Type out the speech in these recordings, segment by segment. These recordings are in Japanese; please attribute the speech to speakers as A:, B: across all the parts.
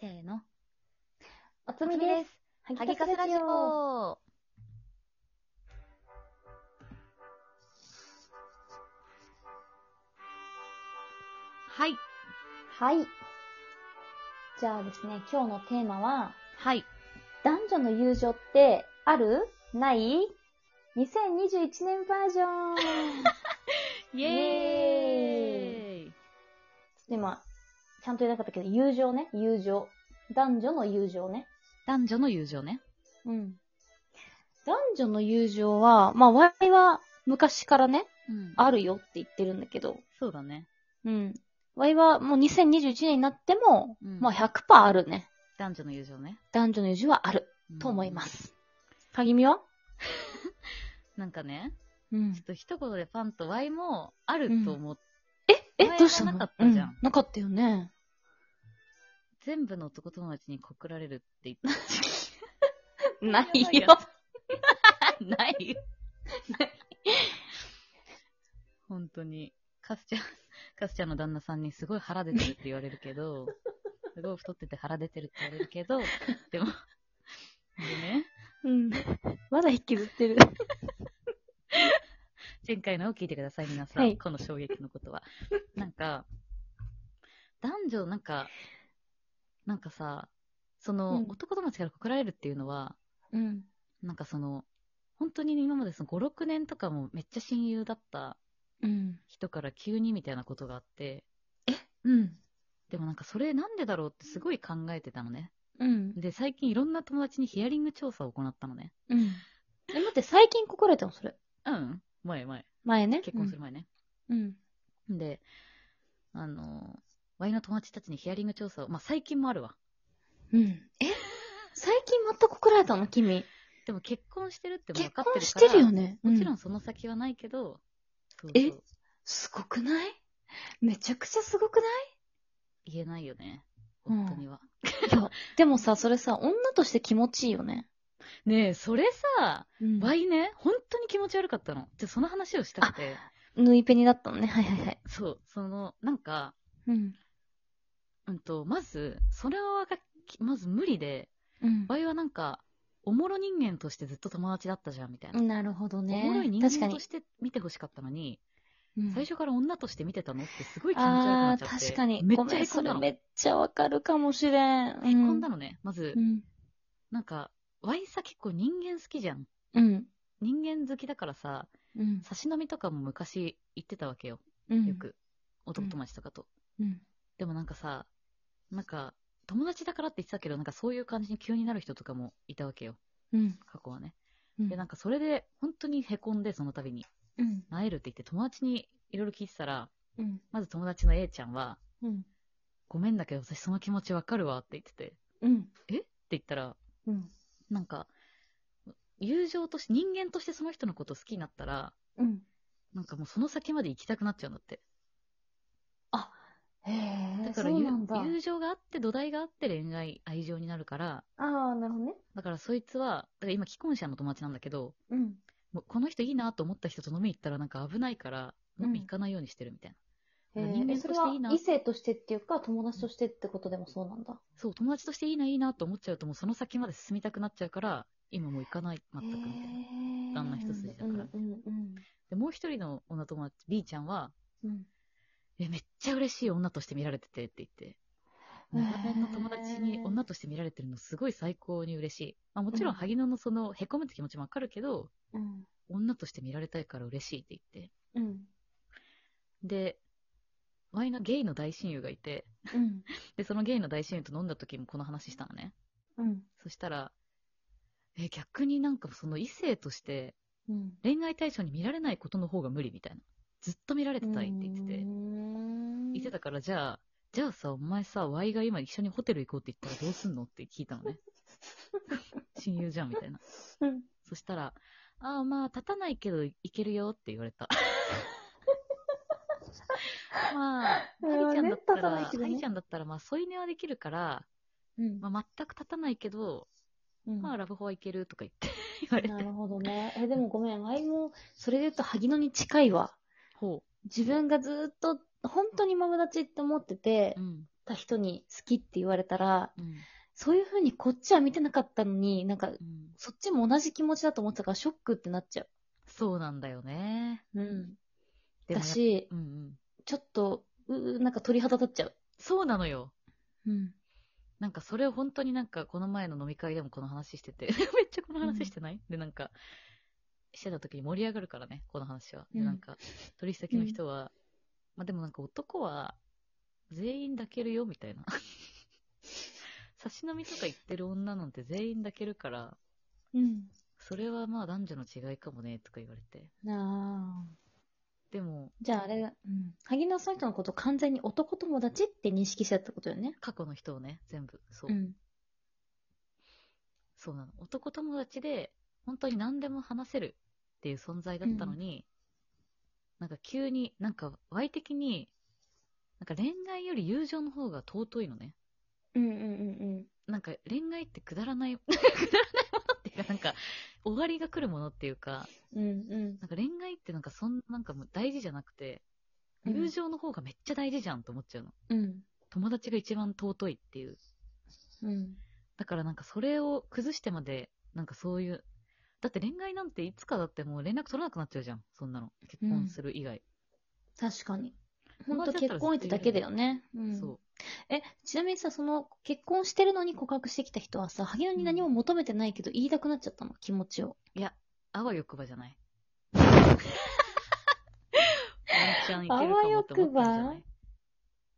A: せーの。
B: おつみです。
A: す。
B: は
A: ハギカスラジオ。はい。
B: はい。じゃあですね、今日のテーマは、
A: はい。
B: 男女の友情ってあるない ?2021 年バージョ ン
A: イ
B: エ
A: エーイ
B: 今、ちゃんと言えなかったけど、友情ね、友情。男女の友情ね。
A: 男女の友情ね。
B: うん。男女の友情は、まあ、我々は昔からね、
A: うんあ、
B: あるよって言ってるんだけど、
A: そうだね。
B: うん。ワイはもう2021年になっても、
A: うん
B: まあ100%あるね。
A: 男女の友情ね。
B: 男女の友情はあると思いま。す。かぎみは
A: なんかね、
B: うん
A: ちょっ。と一言でパンと Y もあると思って、
B: え
A: 前、は
B: どうしたの
A: なかったじゃん
B: うなかったよね。
A: 全部の男友達に告られるって言っ
B: ない
A: よ。た。 ない本当に。カスちゃん、カスちゃんの旦那さんにすごい腹出てるって言われるけど、すごい太ってて腹出てるって言われるけど、でも、でね、
B: うん。まだ引きずってる。
A: 前回のを聞いてください、皆さん。
B: はい
A: この衝撃のことは。なんか、男女、なんか、なんかさ、その、
B: うん
A: 男友達から告られるっていうのは、
B: うん。
A: なんかその、本当に今までその5、6年とかもめっちゃ親友だった
B: うん。
A: 人から急にみたいなことがあって、
B: うん。
A: でもなんかそれなんでだろうってすごい考えてたのね。
B: うん。
A: で、最近いろんな友達にヒアリング調査を行ったのね。
B: うん。え、待って、最近告られたのそれ。
A: うん。前前。
B: 前ね。
A: 結婚する前ね。
B: うん。
A: で、あの、ワイの友達たちにヒアリング調査を、まあ最近もあるわ。
B: うん。え最近また告られたの君。
A: でも結婚してるってもう
B: 結
A: 分かってる
B: 婚し
A: から。
B: てるよね。
A: もちろ。
B: うん
A: その先はないけど、そう
B: え
A: そう
B: すごくないめちゃくちゃすごくない
A: 言えないよね。
B: うん
A: 夫には。
B: いや、でもさ、それさ、女として気持ちいいよね。
A: ねえ、それさ、
B: うん
A: ワイね、本当に気持ち悪かったの。じゃその話をしたくて。
B: 縫いペニだったのね。はいはいはい。
A: そう、その、なんか、
B: うん。
A: うんと、まず、それはがき、まず無理で、
B: うん
A: ワイはなんか、おもろ人間としてずっと友達だったじゃん、みたいな。
B: なるほどね。
A: おもろい人
B: 確か
A: 間
B: に
A: と。して見てほしかったのに、
B: うん
A: 最初から女として見てたのってすごい気持ち悪くな
B: あ
A: っ
B: ー
A: ちゃって。
B: 確かに。
A: めっ
B: ご
A: ちゃ
B: め
A: へ
B: ん、
A: こ
B: そ
A: ん
B: れ
A: だの。
B: め
A: へ
B: っちゃわかるかもしれん。へ
A: こんだのね、まず
B: う。ん。
A: なんか、ワイさ結構人間好きじゃん。
B: うん。
A: 人間好きだからさ、
B: うん。
A: 差し飲みとかも昔行ってたわけよ。
B: うん
A: よ。く。男友達とかと。
B: うん。
A: でもなんかさ、なんか、友達だからって言ってたけど、なんかそういう感じに急になる人とかもいたわけよ。
B: うん。
A: 過去はね。
B: うん
A: で、なんかそれで、本当に凹んで、その度に。
B: うん。
A: なえるって言って、友達にいろいろ聞いてたら、
B: うん。
A: まず友達の A ちゃんは、
B: うん。
A: ごめんだけど私その気持ちわかるわって言ってて、って
B: うん。
A: 言ったら、
B: うん。
A: なんか、友情として、人間としてその人のこと好きになったら、
B: うん。
A: なんかもうその先まで行きたくなっちゃうんだって。
B: へえ。
A: だから
B: そう
A: ゆ
B: なんだ。
A: 友情があって、土台があって恋愛、愛情になるから、
B: ああ、なるほどね。
A: だからそいつは、だから今既婚者の友達なんだけど、
B: うん。
A: もうこの人いいなと思った人と飲み行ったらなんか危ないから、飲み行かないようにしてるみたいな。
B: へ
A: 人間
B: え。
A: とし
B: そ
A: てい
B: れ
A: い
B: は
A: な
B: 異性としてっていうか、友達としてってことでもそうなんだ。
A: そう、友達としていいな、いいなと思っちゃうと、もうその先まで進みたくなっちゃうから、今もう行かない、全くみたいな。
B: へえ
A: 旦那一筋だから
B: うんうん
A: で、もう一人の女友達、B ちゃんは、
B: うん。
A: え、めっちゃ嬉しい女として見られててって言って、
B: へー
A: 長年の友達に女として見られてるのすごい最高に嬉しい。まあもちろん、
B: うん
A: 萩野のその、へこむって気持ちもわかるけど、
B: うん。
A: 女として見られたいから嬉しいって言って。
B: うん。
A: で、ワイのゲイの大親友がいて、
B: うん。
A: で、そのゲイの大親友と飲んだ時もこの話したのね。
B: うん。
A: そしたら、え、逆になんかその異性として
B: うん。
A: 恋愛対象に見られないことの方が無理みたいな。ずっと見られてたいって言ってて。言って
B: て。
A: たから、じゃあ、じゃあさ、お前さ、ワイが今一緒にホテル行こうって言ったらどうすんのって聞いたのね。親友じゃんみたいな。
B: うん。
A: そしたら、ああ、まあ、立たないけど行けるよって言われた。まあ、
B: なる
A: ハ
B: ほ
A: ギち
B: ど
A: ゃん
B: ね
A: だった
B: 立た
A: ら、
B: ないけどね
A: ハギちゃんだったら、まあ、添い寝はできるから、
B: うん。
A: まあ、全く立たないけど、
B: うん
A: まあ、ラブホはいけるとか言って言われ
B: な
A: て。
B: るほどね。 え、でもごめん。あいも、それで言うと、萩野に近いわ。
A: ほ
B: 自分がずーっと、本当にマブダチって思ってて
A: う。う、ん。
B: た人に好きって言われたら、
A: うん。
B: そういう風にこっちは見てなかったのに、なんか、
A: うん
B: そっちも同じ気持ちだと思ってたからショックってなっちゃ
A: そうなんだよね。
B: う。うん。
A: で
B: だ
A: もやっ
B: し、
A: うんうん。
B: ちょっと、うーなんか鳥肌立っちゃう。
A: そうなのよ。
B: うん。
A: なんかそれを本当になんかこの前の飲み会でもこの話してて めっちゃこの話してない、でなんかしてた時に盛り上がるからねこの話は、
B: う
A: で
B: ん
A: なんか取引先の人は、まあでもなんか男は全員抱けるよみたいな 差し飲みとか行ってる女なんて全員抱けるから
B: うん。
A: それはまあ男女の違いかもねとか言われて
B: ああ。
A: でも
B: じゃああれが、うん。萩野さん人のこと完全に男友達って認識しちゃったことよね。
A: 過去の人をね全部そう、
B: うん。
A: そうなの男友達で本当に何でも話せるっていう存在だったのに、なんか急になんかワイ的になんか恋愛より友情の方が尊いのね
B: うんうんうん
A: なんか恋愛ってくだらない くだらないものっていうかなんか終わりが来るものっていうか
B: うん。うんうん。
A: なんか恋愛ってなんかそんなんかもう大事じゃなくて
B: うん
A: 友情の方がめっちゃ大事じゃんと思っちゃうの
B: うん。
A: 友達が一番尊いっていう
B: うん。
A: だからなんかそれを崩してまで、なんかそういう、だって恋愛なんていつかだってもう連絡取らなくなっちゃうじゃん、そんなの。結婚する以外。
B: 確かに。
A: 友
B: 本当
A: 達だったら
B: 結婚相手だけだよね。うん。
A: そう。
B: え、ちなみにさ、その、結婚してるのに告白してきた人はさ、萩野に何も求めてないけど言いたくなっちゃったの、気持ちを。
A: いや、あわよくばじゃ ない。ワンチャンいけるかもって思ったんじゃない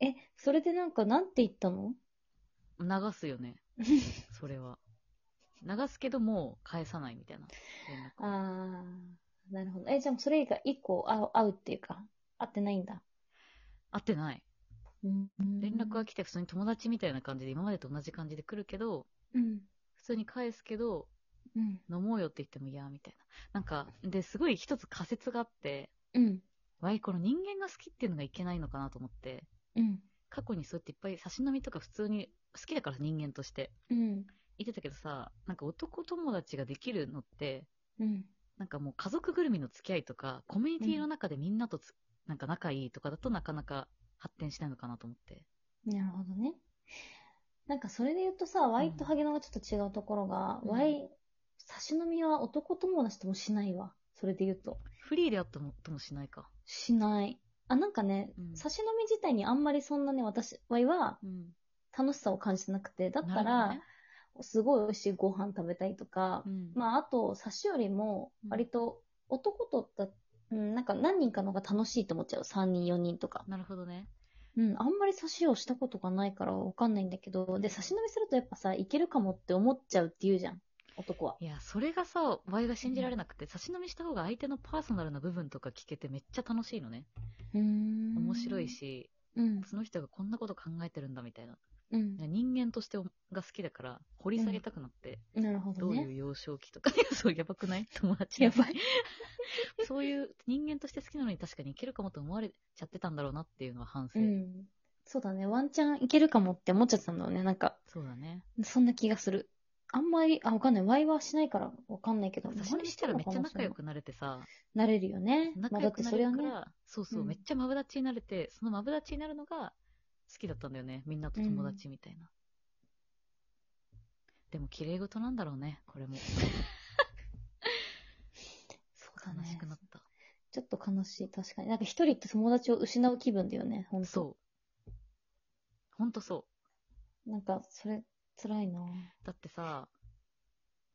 B: え、それでなんか、なんて言ったの
A: 流すよね。それは。流すけどもう返さないみたいな。連絡
B: あー、なるほど。え、じゃあそれ以外一個会う会うっていうか、会ってないんだ。
A: 会ってない。
B: うん。
A: 連絡が来て普通に友達みたいな感じで今までと同じ感じで来るけど、
B: うん。
A: 普通に返すけど、
B: うん。
A: 飲もうよって言ってもいやみたいな。なんか、で、すごい一つ仮説があって、
B: うん。
A: わい、この人間が好きっていうのがいけないのかなと思って、
B: うん。
A: 過去にそうやっていっぱい差し飲みとか普通に好きだから人間として
B: うん。
A: 言ってたけどさ、なんか男友達ができるのって、
B: うん。
A: なんかもう家族ぐるみの付き合いとか、コミュニティの中でみんなとつ、なんか仲いいとかだとなかなか発展しないのかなと思って。
B: なるほどね。なんかそれで言うとさ、ワイとハゲノがちょっと違うところが、
A: うん
B: ワイ、差し飲みは男友達ともしないわ。それで言うと。
A: フリーであったもともしないか。
B: しない。あ、なんかね、
A: うん
B: 差し飲み自体にあんまりそんなね、私、ワイは
A: うん。
B: 楽しさを感じてなくて、だった
A: な
B: ら、
A: る
B: すごい美味しいご飯食べたいとか、
A: ほどね、うん。
B: まあ、あと、差しよりも、割と男とだ、うん、なんか何人かの方が楽しいと思っちゃう。3人、4人とか。
A: なるほどね。
B: うん、あんまり差しをしたことがないからわかんないんだけど、で、差し飲みするとやっぱさ、いけるかもって思っちゃうって言うじゃん、男は。
A: いや、それがさ、場合が信じられなくて、差し飲みした方が相手のパーソナルな部分とか聞けてめっちゃ楽しいのね。
B: うん
A: 面白い。し、
B: うん、
A: その人がこんなこと考えてるんだみたいな。
B: うん。
A: 人間としてが好きだから、掘り下げたくなって、
B: なるほ
A: ど
B: ど
A: う
B: ね。
A: いう幼少期とか、い やそう、やばくない友達
B: や
A: の
B: ばい。
A: そういう人間として好きなのに確かにいけるかもと思われちゃってたんだろうなっていうのは反省。
B: うん。そうだね、ワンチャンいけるかもって思っちゃってたんだよね、なんか、
A: そうだね。
B: そんな気がする。あんまり、あ、わかんない。ワイはしないからわかんないけど、
A: 差し飲みしたらめっちゃ仲良
B: く
A: くなれてさ、
B: なれるよね。ま
A: 仲
B: あだ
A: 良
B: って
A: くな
B: それ
A: れ
B: は
A: るか
B: ね。
A: ら、そうそう、
B: うん
A: めっちゃマブダチになれて、そのマブダチになるのが好きだったんだよね。みんなと友達みたいな。でも綺麗事なんだろうね、これも。
B: そうだ
A: 悲し
B: ね
A: く。なった。
B: ちょっと悲しい、確かに。なんか一人って友達を失う気分だよね、ほんと。
A: そう。ほんとそう。
B: なんか、それ、辛いな
A: だってさ、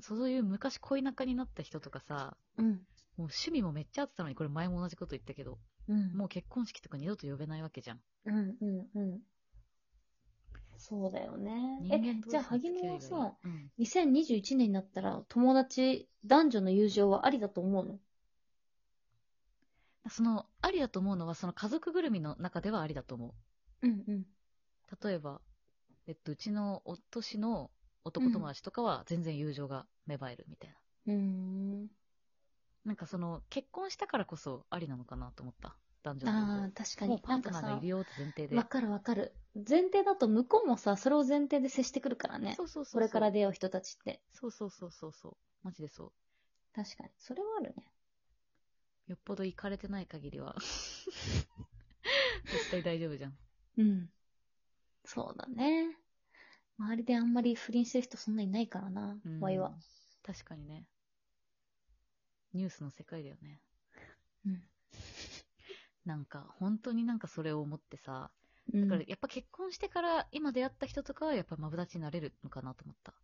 A: そういう昔恋仲になった人とかさ、
B: うん。
A: もう趣味もめっちゃ合ってたのに、これ前も同じこと言ったけど、
B: うん
A: もう結婚式とか二度と呼べないわけじゃん。
B: うんうんうん。そうだよね。
A: 人
B: え
A: 間、同
B: じゃあ、
A: 士の
B: 萩
A: 付き合いが
B: 野は
A: いい
B: さ、
A: うん、
B: 2021年になったら、友達、男女の友情はありだと思うの
A: その、ありだと思うのは、その家族ぐるみの中ではありだと思
B: うんうん。
A: う。例えば、えっと、うちの夫氏の男友達とかは全然友情が芽生えるみたいな。
B: うーん。
A: なんかその、結婚したからこそありなのかなと思った。男女の友情
B: ああ、確か
A: もう
B: に。
A: パ
B: なん
A: ート
B: か
A: ナーがい
B: さ
A: る、よって前提で。
B: わかるわかる。前提だと、向こうもさ、それを前提で接してくるからね。
A: そうそうそうそう。
B: これから出会う人たちって。
A: そうそうそうそうそう。マジでそう。
B: 確かに。それはあるね。
A: よっぽど行かれ てない限りは。絶対大丈夫じゃん。
B: うん。そうだね。周りであんまり不倫してる人そんなにいないからな、
A: うん
B: ワイは。
A: 確かにね。ニュースの世界だよね。
B: うん。
A: なんか、本当になんかそれを思ってさ、
B: うん
A: だからやっぱ結婚してから今出会った人とかはやっぱマブダチになれるのかなと思った。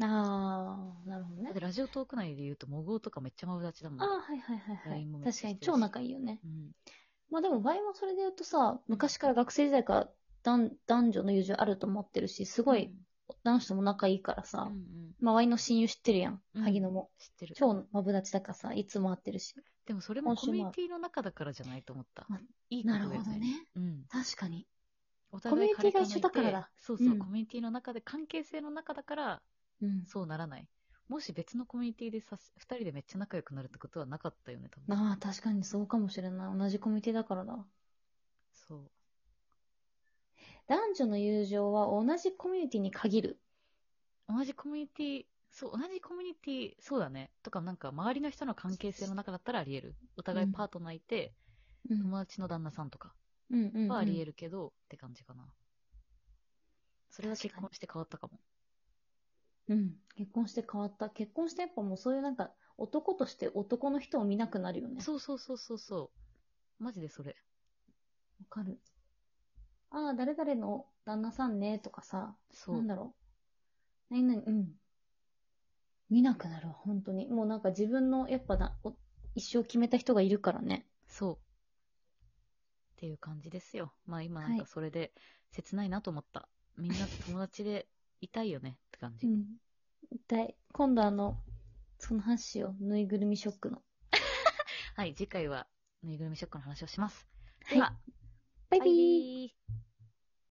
B: ああ、なるほど
A: だ
B: ね
A: って。ラジオトーク内で言うと、モグオとかめっちゃマブダチだもん。
B: ああ、はいはいはいは
A: LINE も
B: い。
A: めっちゃして
B: 確か
A: るし
B: に超仲いいよね。
A: うん。
B: まあでも、ワイもそれで言うとさ、昔から学生時代から男男女の友情あると思ってるし、すごい男子とも仲いいから
A: うん。
B: さ
A: うん、うん
B: まあワイの親友知ってるやん、
A: うん
B: 萩野も。
A: 知ってる。
B: 超マブダチだからさ、いつも会ってるし。
A: でもそれも
B: 今
A: コ
B: 週も
A: ミュニティの中だからじゃないと思った
B: ま。
A: いいことだよね。。うん。
B: 確かに。
A: お互い
B: コミュニティが一緒だから
A: 枯れ
B: だ
A: てないでそうそう、
B: うん
A: コミュニティの中で、関係性の中だから、
B: うん。
A: そうならない。もし別のコミュニティでさ、二人でめっちゃ仲良くなるってことはなかったよね、多分。
B: ああ、確かにそうかもしれない。同じコミュニティだからだ。
A: そう。
B: 男女の友情は同じコミュニティに限る。
A: 同じコミュニティ、そう、同じコミュニティ、そうだね。とか、なんか、周りの人の関係性の中だったらあり得る。お互いパートナーいて、
B: うん
A: 友達の旦那さんとか
B: うんうん、うん。
A: はあり得るけど、って感じかな。それは結
B: 確か
A: 婚して変わったかも。
B: うん。結婚して変わった。結婚してやっぱもうそういうなんか、男として男の人を見なくなるよね。
A: そうそうそうそうそう。マジでそれ。
B: わかる。ああ、誰々の旦那さんね、とかさ、
A: そ
B: な。
A: うん
B: だろう。何々、うん。見なくなるわ、本当に。もうなんか自分の、やっぱな、お一生決めた人がいるからね。
A: そう。っていう感じですよ。まあ今
B: は
A: ないんかそれで切ないなと思った。みんな友達でいたいよねって感じ。
B: ん。痛い。今度あの、その話を、ぬいぐるみショックの。
A: はい、次回はぬいぐるみショックの話をします。
B: はい
A: では
B: バイビ
A: バ
B: ー
A: イビー